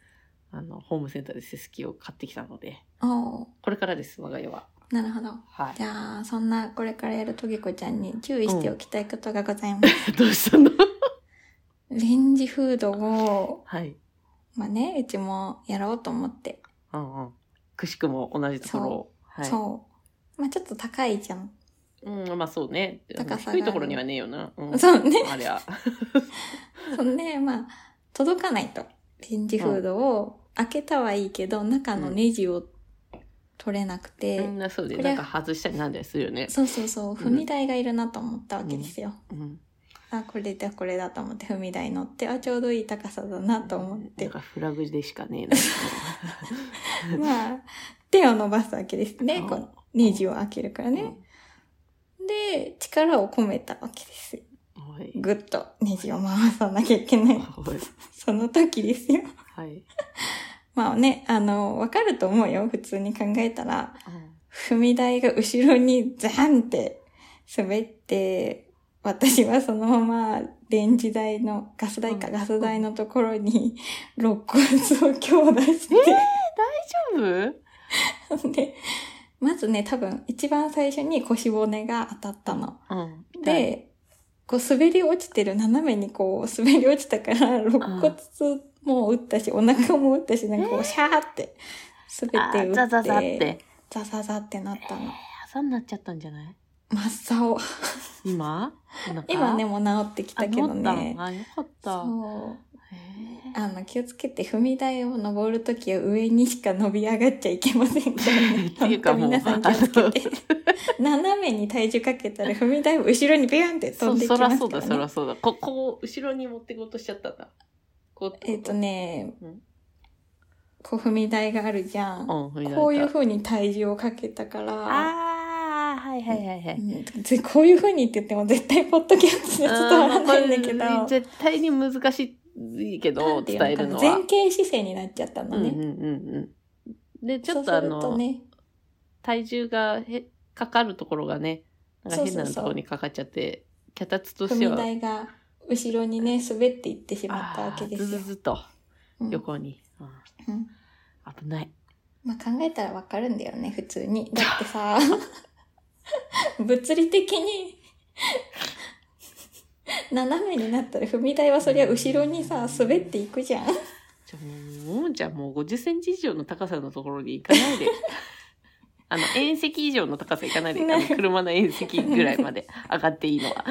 A: あの、ホームセンターでセスキーを買ってきたので、
B: おう。
A: これからです、我が家は。
B: なるほど。
A: は
B: じゃあ、そんなこれからやるとげこちゃんに注意しておきたいことがござい ます。
A: い。どうしたの
B: レンジフードを、
A: はい。
B: まあね、うちもやろうと思って。
A: うんうん。くしくも同じところを。はい。
B: そう。まあちょっと高いじゃん。
A: うん、まあそうね。
B: 高さがあ
A: 低
B: る
A: いところにはねえよな。うん
B: そうね。
A: あり ゃ。
B: そんで、まあ、届かないと。レンジフードを開けたはいいけど、中のネジを取れなくて、
A: みんなそうで、
B: これ
A: なんか外したりなんだりするよね。
B: そうそうそう、踏み台がいるなと思ったわけですよ。
A: うん。
B: あ、これだ、これだと思って踏み台乗って、あ、ちょうどいい高さだなと思っ
A: なん
B: て、
A: かフラグでしかねえな。
B: まあ、手を伸ばすわけですね
A: う。ん
B: このネジを開けるからね。で、力を込めたわけですよ。
A: うん。おい。
B: ぐっとネジを回さなきゃいけない。
A: おい。
B: その時ですよ。
A: はい。
B: まあね、あの、わかると思うよ。普通に考えたら。踏み台が後ろにザンって滑って、私はそのまま電池台の、ガス台か
A: うん
B: ガス台のところに肋骨を強打して、
A: うん大丈
B: で、まずね、多分一番最初に腰骨が当たったの。
A: 夫うん。痛い、
B: で、こう滑り落ちてる、斜めにこう滑り落ちたから、肋骨も打ったし、お腹も打ったし、なんかこうシャーって
A: あ
B: 滑って打って、
A: ーザザザって。
B: ザザザってなったの。
A: 朝になっちゃったんじゃない
B: 真っ青。
A: 今お腹
B: 今ね、もう治ってきたけど
A: あ治っ
B: ね
A: た。あ、よかった。
B: そう。
A: へえ
B: あの、気をつけて、踏み台を登るときは上にしか伸び上がっちゃいけませんからね。
A: っていうかもう
B: 本当皆さん気をつけて。 斜めに体重かけたら踏み台も後ろにビューンって飛
A: そ
B: ん
A: う
B: でき
A: そら
B: ます
A: そう
B: か
A: だ、
B: ら
A: そ
B: ね
A: ら。そうだ。ここを後ろに持ってこうとしちゃったんだ。こう
B: えっと。ね
A: うん、
B: こう踏み台があるじゃ。
A: うんん、踏み台
B: こういう風に体重をかけたから、
A: ああ、はいはいはいは
B: う
A: い。
B: んぜこういう風にって言っても絶対ポッドキャストじゃ伝わらないんだけど、
A: うこれ絶対に難しいけ
B: な
A: ど、
B: んてい
A: 伝
B: うの
A: え
B: か
A: るの
B: な
A: は。
B: 前傾姿勢になっちゃったの
A: うんうんう
B: ね。
A: んうん。で、ちょ
B: そう
A: っ
B: す
A: とあ
B: る
A: の
B: と、ね、
A: 体重がへかかるところがねなんか変
B: そうそう
A: な
B: そう
A: ところにかかっちゃって脚立として
B: 踏み
A: は
B: 台が後ろにね、滑っていってしまったわ
A: あ
B: け
A: ー
B: です
A: ず
B: よ
A: ず。ずっと
B: うん
A: 横に、うん
B: うん
A: 危ない
B: まあ考えたらわかるんだよね、普通に。だってさ、 物理的に、斜めになったら踏み台はそりゃ後ろにさ、滑っていくじゃん。
A: じゃあもうももちゃんもう50センチ以上の高さのところに行かない であの縁石以上の高さ行かないであの
B: ね
A: 車の縁石ぐらいまで上がっていいのは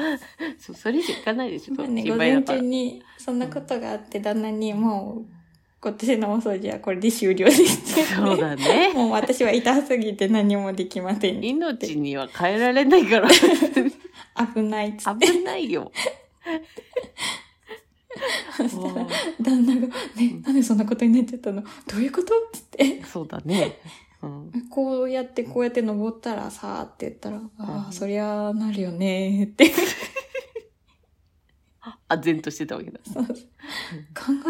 A: そうそれ以上行かないでちょっ
B: ま
A: と
B: あね、
A: 心
B: 午
A: 配だ
B: 前
A: から。
B: 中にそんなことがあって旦那にもう、今年のお掃除はこれで終了ですって
A: そうだね。
B: もう私は痛すぎて何もできません。
A: 命には変えられないから
B: 危ないっつって。
A: 危ないよ。も
B: 旦那が、ね、なんでそんなことになっちゃったのどういうことっつって。
A: うそうだね。うん、
B: こうやってこうやって登ったらさ、って言ったら、あ
A: う
B: あ、
A: ん
B: そりゃなるよねーって。
A: あぜんとしてたわけだ。
B: そう考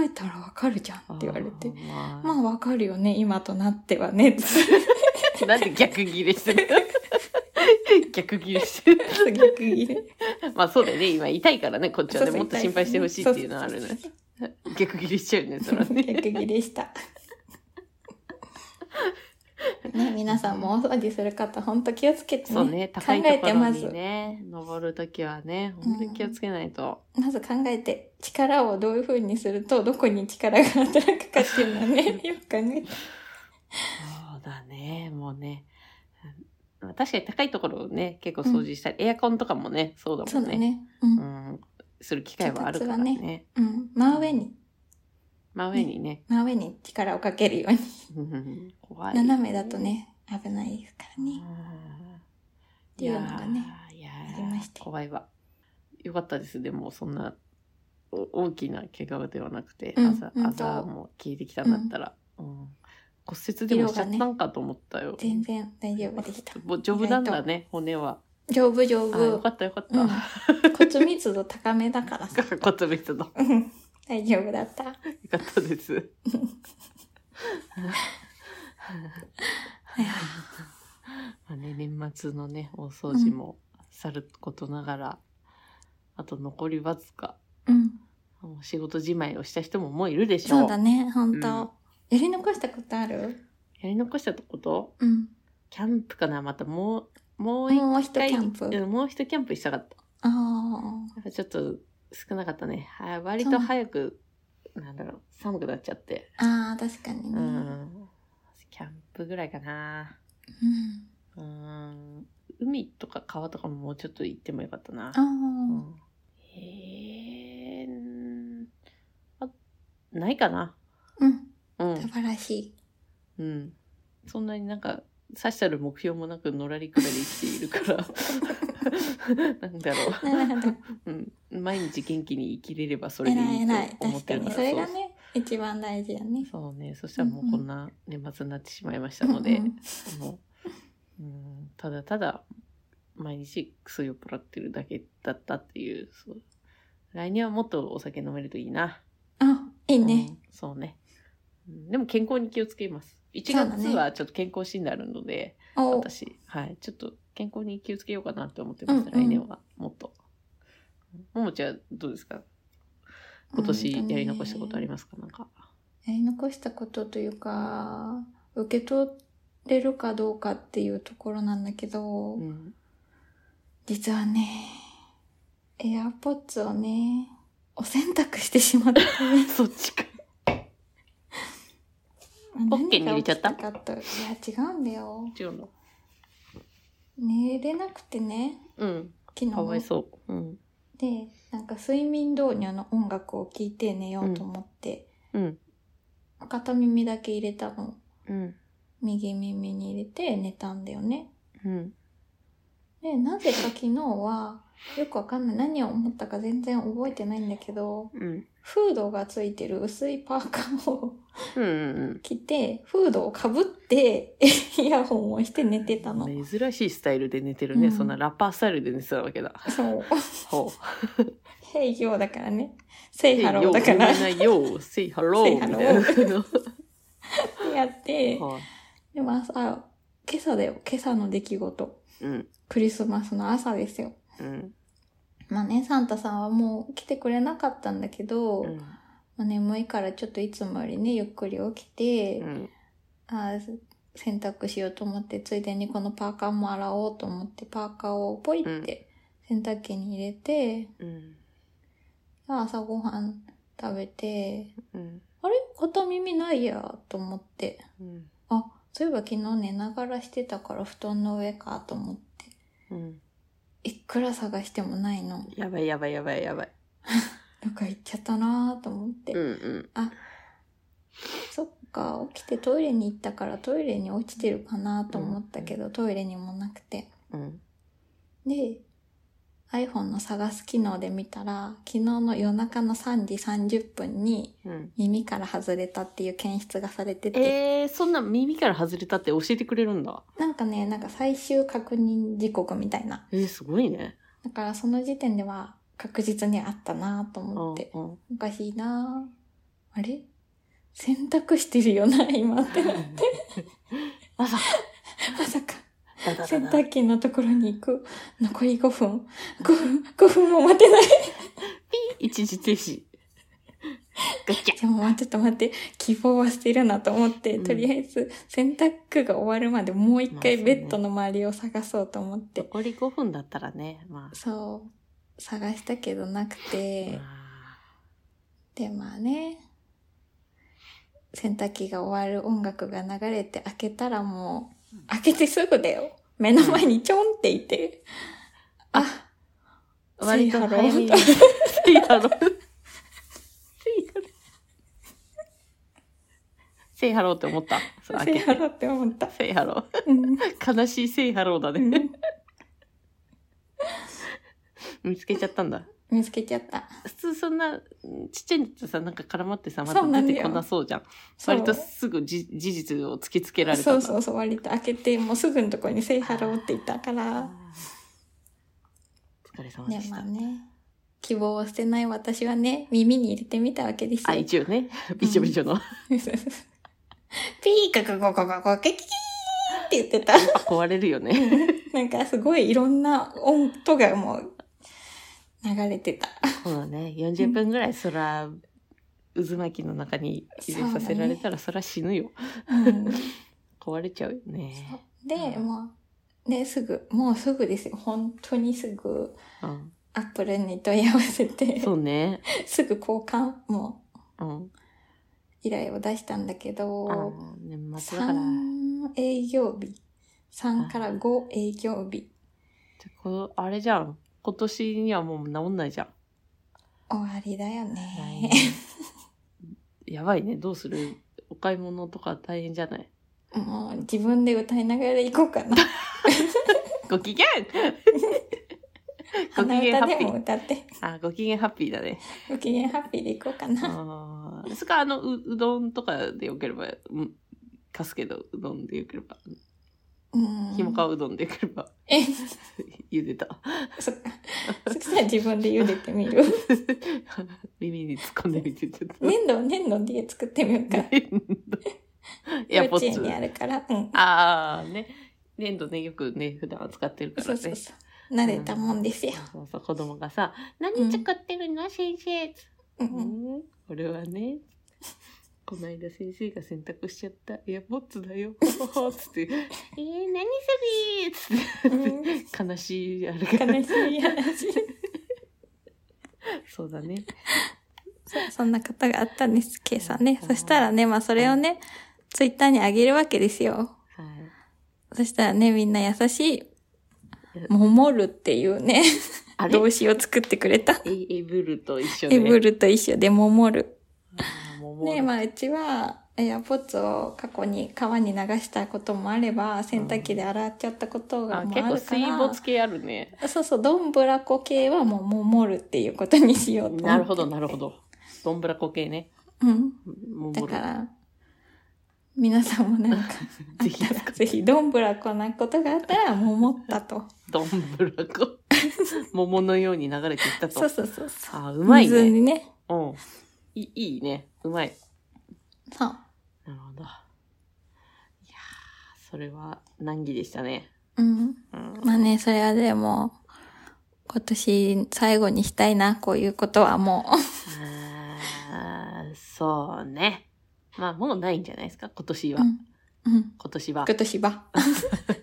B: えたらわかるじゃんって言われて
A: あ。ーまあ
B: まあわかるよね、今となって はね。
A: なんで逆ギレ してる逆ギレしてる。
B: 逆切れ。
A: まあそうだよね。今痛いからね、こっちはね。
B: そうそう
A: もっと心配してほしいっていうのはあるね。逆ギレしちゃうよね、そら
B: 逆
A: ね。
B: 切れ した。ね、皆さんもお掃除する方、ほんと気をつけてね。
A: そうね、高い
B: 考
A: と
B: え
A: こ
B: て
A: ろ
B: ま
A: に
B: ず、
A: ね、登るときはね、本当に気をつけないと。
B: まず考えて、力をどういう風にすると、どこに力が働くかっていうのはね、よく考えて。
A: そうだね、もうね。うん確かに高いところをね、結構掃除したり、エアコンとかもね、そうだ
B: そ
A: も
B: うんだ
A: ね。
B: ね。うん
A: う。ん。する機会はあるからね。
B: 脚うん。真上に、
A: 真上にね。
B: 真上に力をかけるように。
A: うん怖い。
B: 斜めだと。ね、危ないですからね。ていうのがね
A: いやー
B: ありまして
A: 怖いわよかったですでもそんなお大きな怪我ではなくて、
B: うん
A: 朝
B: 本当
A: 朝も消えてきたんだったら、うん骨折でもしちゃったんかと思ったよ、
B: 全然大丈夫でした。
A: ぼ丈夫なんだね骨は
B: 丈夫丈
A: あよ
B: 夫
A: か。ったよかっ
B: う
A: た、
B: ん骨密度高めだからさ。
A: 骨密度よ
B: うん大丈夫だった。
A: かったですまあね、年末のね大掃除もさることながら、あと残りわずか
B: うん。
A: もう仕事じまいをした人ももういるでしょ
B: そうだね、本当、
A: うん
B: やり残したことある
A: やり残したこと
B: うん。
A: キャンプかなまたもう、もう一
B: もう一キ
A: 回、
B: ャンプ。あ
A: うんもう一キャンプしたかった。
B: あ
A: やっぱちょっと少なかったね。はい、割
B: そ
A: と
B: う
A: 早く、なんだろう、寒くなっちゃって。
B: ー。ああ、確かにね。
A: う
B: うん。
A: ん。キャンプぐらいかな。うん。海とか川とかももうちょっと行ってもよかったな。
B: ああ、
A: うんへえー、あ、ないかな。
B: うん。
A: うん。
B: 素晴らしい。
A: うん。そんなになんか、さしたる目標もなく、のらりくらり生きているから、 なんだろ
B: なるほど。
A: う。うん。毎日元気に生きれればそれ
B: え
A: でい
B: らいえ
A: い
B: らい。
A: と思っ
B: 確
A: て
B: か
A: るか
B: に。
A: ら。
B: それがね、一番大事だね。
A: そうそうね。そしたらも
B: んう
A: うんうこんな年末になってしまいましたので、
B: うんうん
A: もう、うん、ただただ、毎日薬を酔っ払ってるだけだったっていう、そう。来年はもっとお酒飲めるといいな。
B: あ、いいね
A: う。んそうね。うんでも健康に気をつけます。1
B: そうだね
A: 月はちょっと健康診断あるので、
B: お
A: 私、はい、ちょっと健康に気をつけようかなって思ってます、
B: うんうん
A: 来年はもっと。ももちゃん、どうですか今年やり残したことあり
B: ま
A: ますか、なんか。
B: すやり残したことというか、受け取れるかどうかっていうところなんだけど、
A: うん。
B: 実はね、エアポッツをね、お洗濯してしまった。
A: そっちか。
B: ポ
A: ッケに入れちゃった
B: かといや、違うんだよ。
A: 違うの。
B: 寝れなくてね、
A: うん。
B: 昨
A: かわい
B: 日。
A: そう。うん。
B: で、なんか睡眠導入の音楽を聴いて寝ようと思って、
A: うん。
B: 片耳だけ入れたの。
A: うん。
B: 右耳に入れて寝たんだよね。
A: うん。
B: で、なぜか昨日は、 よくわかんない。何を思ったか全然覚えてないんだけど、
A: うん。
B: フードがついてる薄いパーカーを、
A: うんうん
B: 着て、フードをかぶって、 イヤホンをして寝て たの。
A: うん。珍しいスタイルで寝てるね。
B: うん
A: そんなラッパースタイルで寝てたわけだ。
B: そう。
A: ほう。
B: ヘイヨーだからね。セイハロー
A: よ
B: だから。っ
A: みんなよう、セイハロー
B: Say
A: みたいな。
B: て やって、
A: はい
B: でも朝、今朝だよ。今朝の出来事。
A: うん。
B: クリスマスの朝ですよ。
A: うん。
B: まあね、サンタさんはもう来てくれなかったんだけど、
A: うん
B: まあ、眠いからちょっといつもよりね、ゆっくり起きて、
A: うん
B: あー洗濯しようと思って、ついでにこのパーカーも洗おうと思って、パーカーをポイって洗濯機に入れて、
A: うん
B: 朝ごはん食べて、
A: うん
B: あれ片耳ないやと思って。
A: うん
B: あ、そういえば昨日寝ながらしてたから布団の上かと思って。
A: うん
B: いくら探してもないの。
A: やばいやばいやばいやばい。
B: どっか行っちゃったなと思って。
A: うんうん
B: そっか、起きてトイレに行ったからトイレに落ちてるかなと思ったけど、トイレにもなくて。
A: うん
B: で、iPhone の探す機能で見たら、昨日の夜中の3時30分に
A: うん。
B: 耳から外れたっていう検出がされてて、
A: えー、そんな耳から外れたって教えてくれるんだ。
B: なんかね、なんか最終確認時刻みたいな。
A: えー、すごいね。
B: だからその時点では確実にあったなと
A: うん
B: 思って。
A: うん
B: おかしいなあれ洗濯してるよな、今 って。
A: まさか。
B: まさか。
A: だだ
B: 洗
A: だだ
B: 濯機のところに行く。残り5分。5分、5分も待てない。
A: 一時停止。 ガチャ。
B: でも、ちょっと待って、希望は捨てるなと思って、
A: うん
B: とりあえず洗濯が終わるまでもう一回
A: まあそう
B: ベ
A: ね
B: ッドの周りを探そうと思って。
A: 残り5分だったらね、ま
B: そう、探したけどなく
A: あ。
B: て、
A: あ
B: で、まあね、洗濯機が終わる音楽が流れて開けたらもう、開けてすぐだよ。目の前にちょんっていて、あ、
A: ー割と
B: セイハロ
A: 早
B: ー
A: めに。セイハロー。セイハローって思った。それ
B: セイ
A: 開
B: ハローって思った。
A: けセイハロ
B: うん
A: ー。悲しいセイハローだ
B: う
A: ね。
B: ん
A: 見つけちゃったんだ。
B: 見つけちゃった。
A: 普通そんなうんちっちゃいのってさなんか絡まってさま
B: そうな
A: た出
B: んだよ
A: てこなそうじゃん
B: そう
A: 割とすぐじ事実を突きつけられた
B: そ
A: ん
B: う
A: だ
B: そうそう、割と開けて、もうすぐのところにセイハローっていたから。
A: お疲れ様
B: で
A: でし
B: も
A: た、
B: ね、希望を捨てない私はね、耳に入れてみたわけです
A: あ
B: よ。
A: 一応ねびちょびちょの、
B: ピーカカココココケキキーンって言って た。
A: 壊れるよね
B: なんかすごいいろんな音とがもう流れてた。
A: そうだね40分ぐらいそら渦巻きの中に入れさせられたらそら死ぬよ
B: うん
A: 壊れちゃうよね
B: で、
A: うん
B: もう、ね、すぐ、もうすぐですよ。本当にすぐ、
A: うん
B: アップルに問い合わせて、
A: そうね
B: すぐ交換も
A: うん、
B: 依頼を出したんだけ
A: う
B: ど、
A: ん、年末だから
B: 3営業日。3から5営業日。
A: てこあれじゃん今年にはもう治んないじゃん
B: 終わりだよ
A: 来年
B: ね。
A: やばいねどうするお買い物とか大変じゃない
B: もう自分で歌いながら行こうかな。
A: ご 機嫌 ご機
B: 鼻
A: 嫌ハ
B: 歌で
A: ッピ
B: も
A: ー
B: 歌って、
A: あご機嫌ハッピーだね
B: ご機嫌ハッピーで行こうかな。
A: あーそれかあのううどんとかでよければうん貸すけどうどんでよければ
B: うん。
A: ひもかわうどんでよければ
B: え、
A: 茹でた
B: そっか。そしたら自分で茹でてみる。
A: 耳に突っ込んでみてちょっと、
B: 粘土、粘土で作ってみようか。
A: エア
B: 幼
A: ポ
B: 稚
A: ッ
B: 園にあ
A: ツ
B: るから。うん。
A: ああね粘土ねよくね普段扱ってるか
B: そ
A: ら
B: う
A: ね
B: そうそう。慣れたもんですよ。
A: そうそう子供がさ「何作ってるの、先生」
B: う。
A: うんん、これはね、こないだ先生が洗濯しちゃった。エアポッツだよ。 つ って、えー、何それ
B: うん
A: つって、 悲しい、あれが。
B: 悲しい話。
A: そうだね。
B: そうそんな方があったんです、今朝ね。そしたらね、まあそれをね、ツイッターにあげるわけですよ。
A: はい。
B: そしたらね、みんな優しい、ももるっていうね、
A: あれ
B: 動詞を作ってくれた。
A: エエブルと一緒ね。
B: エブルと一緒で、ももる。
A: あー。もも
B: ねまあうちは、エアポッツを過去に川に流したこともあれば、洗濯機で洗っちゃったことが
A: あ
B: もう
A: 結
B: あ
A: 構
B: るか
A: 水
B: ら。
A: 没系あるね。
B: そうそう、どんぶらこ系はもう、ももるっていうことにしようと思って。
A: なるほど、なるほど。どんぶらこ系ね。
B: うん。
A: も
B: だ
A: も
B: か
A: る。
B: ら、皆さんもなんか、あ
A: ぜひ
B: ったらぜひ、どんぶらこなことがあったら、ももったと。
A: どんぶらこ。桃のように流れていったと。
B: そうそうそうそう。
A: あー、うまい
B: 水
A: ね。
B: にね。
A: うん。いいいいね。うまい。
B: そう。
A: なるほど。いやーそれは難儀でしたね。
B: うん。
A: うん。
B: まあね、それはでも、今年最後にしたいな、こういうことはも
A: あーそうね。まあもうないんじゃないですか、今年
B: う。
A: は。
B: うん。うん。
A: 今年は。
B: 今年は。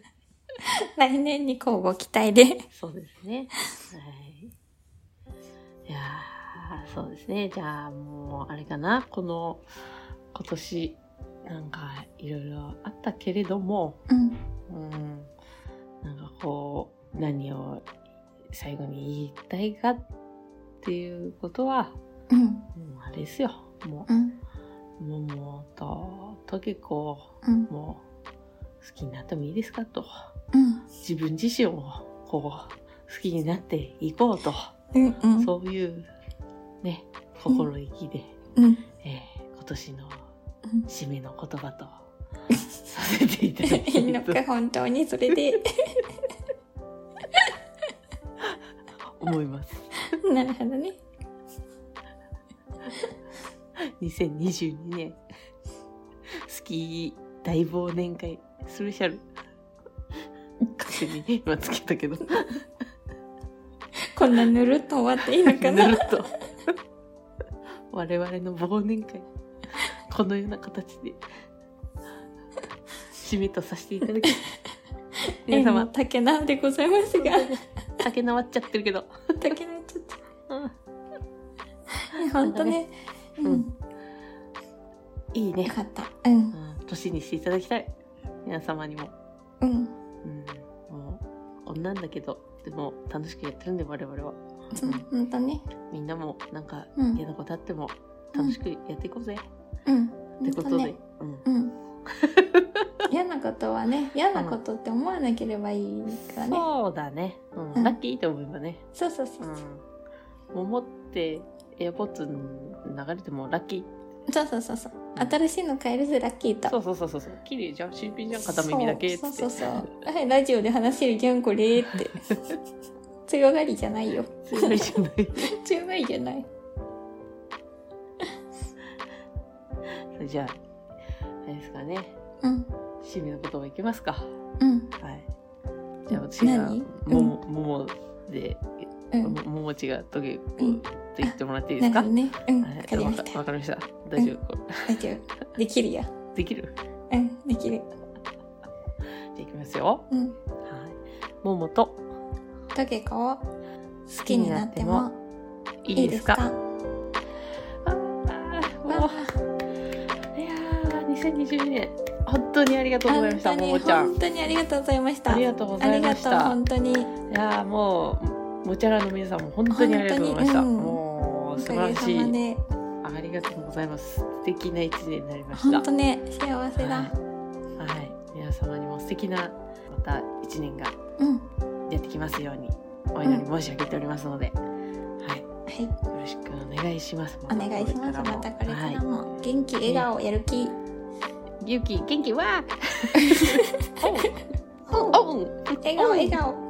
B: 来年に交互期待で。
A: そうですね。はい。いやーそうですね。じゃあもう、あれかな、この、今年、なんかいろいろあったけれども、
B: うん。
A: うん、なんかこう、何を最後に言いたいかっていうことは、
B: うん。
A: もうあれですよ。も
B: うん。
A: う、もう、もうと、とけこ
B: うん
A: う、。もう、好きになってもいいですかと。
B: うん。
A: 自分自身を、こう、好きになっていこうと。
B: うん。うん。
A: そういう、ね、心意気で、
B: うん。
A: えー今年の
B: うん
A: 締めの言葉と、させていただき
B: いいの
A: た
B: か、
A: いと
B: 本当に、それで。
A: 思います。
B: なるほどね。
A: 2022年、スキー大忘年会スペシャル。勝手に今つけたけど、ぬ
B: こんなぬるっと終わっていいのかな。
A: るっと。 我々の忘年会、このような形で、締めとさせていただき ます。皆
B: え
A: 様
B: ー、竹縄でございますが。
A: 酒なわっちゃってるけど。
B: 竹縄ちょっと。
A: うん
B: え本当ね。
A: ん
B: うん。
A: いいね
B: よ。かった。うん。
A: うん年にしていただきたい皆様にも、
B: うん。
A: うん、もう女なんだけどでも楽しくやってるんで我々は
B: そう本当ね。
A: みんなもなんか
B: うん
A: 嫌なことあっても楽しくやっていこうぜ、
B: うん。
A: ってこと
B: 本当
A: で、
B: ね。
A: うん、
B: うん。嫌なことはね、嫌なことって思わなければいいからね。
A: そうだね、うん
B: うん
A: ラッキーと思えばね、
B: そうそうそうう。
A: ん、桃ってエアポッツ流れてもラッキー
B: そうそうそうそう。新しいの買えるぜ、ラッキーと。
A: そうそうそうそうそう綺麗じゃん新品じゃん片耳だけっつ
B: そう
A: って
B: そうそうそう。はい、ラジオで話せるじゃん、これって。 強がりじゃないよ。
A: 強いじゃない
B: 強がりじゃない。
A: それじゃああれですかね
B: うん。
A: 趣味のこともいきますか
B: うん。
A: はい。じゃあ私が
B: 何
A: もも、ももで、
B: う
A: も
B: ん。
A: ももちがとけこ
B: うん
A: うと言ってもらっていいで
B: な
A: す
B: るほ
A: か。
B: どね。うん。わ
A: はい
B: かりまし
A: わ
B: た。
A: かりました。大丈夫。こ
B: 大丈夫。できるよ。
A: うできる。
B: うん。できる。
A: じゃあいきますよ。
B: うん。
A: はい。ももと
B: とけこを好きになっても
A: い
B: い
A: い
B: い
A: で
B: です
A: すか。
B: か
A: あーもういやー、2022年本当にありがとうございました。ももちゃん。
B: 本当にありがとうございました。
A: ありがとうご
B: あ
A: ざい
B: り
A: ま
B: が
A: し
B: とう、
A: た。
B: 本当に。
A: いやーもうもちゃらの皆さんも本当にありがとうございました。
B: 本当にうん
A: も
B: お
A: う素
B: か
A: 晴ら
B: げさ
A: しい
B: ま。で。
A: ありがとうございます。素敵な一年になりました。
B: 本当ね、幸せだ。
A: はい。はい皆様にも素敵なまた一年が
B: うん。は
A: やってきますようにお祈り申し上げておりますので、はい、よ
B: い。
A: ろしくお願いします。
B: お願いします。またこれから
A: はい
B: も。元気、笑顔、やる気。
A: 元気元気は。
B: お
A: おんおん
B: 笑顔、笑顔。
A: じ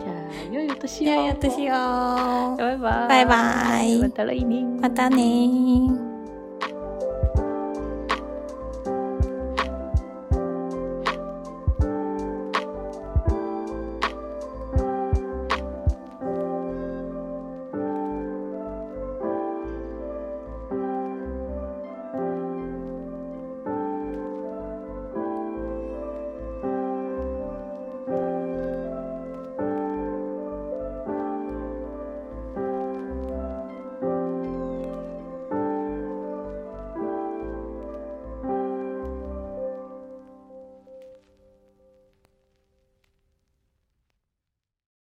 A: ゃあ良いお年を。
B: 良いお年を。
A: バイバイ。
B: バイバイ
A: また来年。
B: またねー。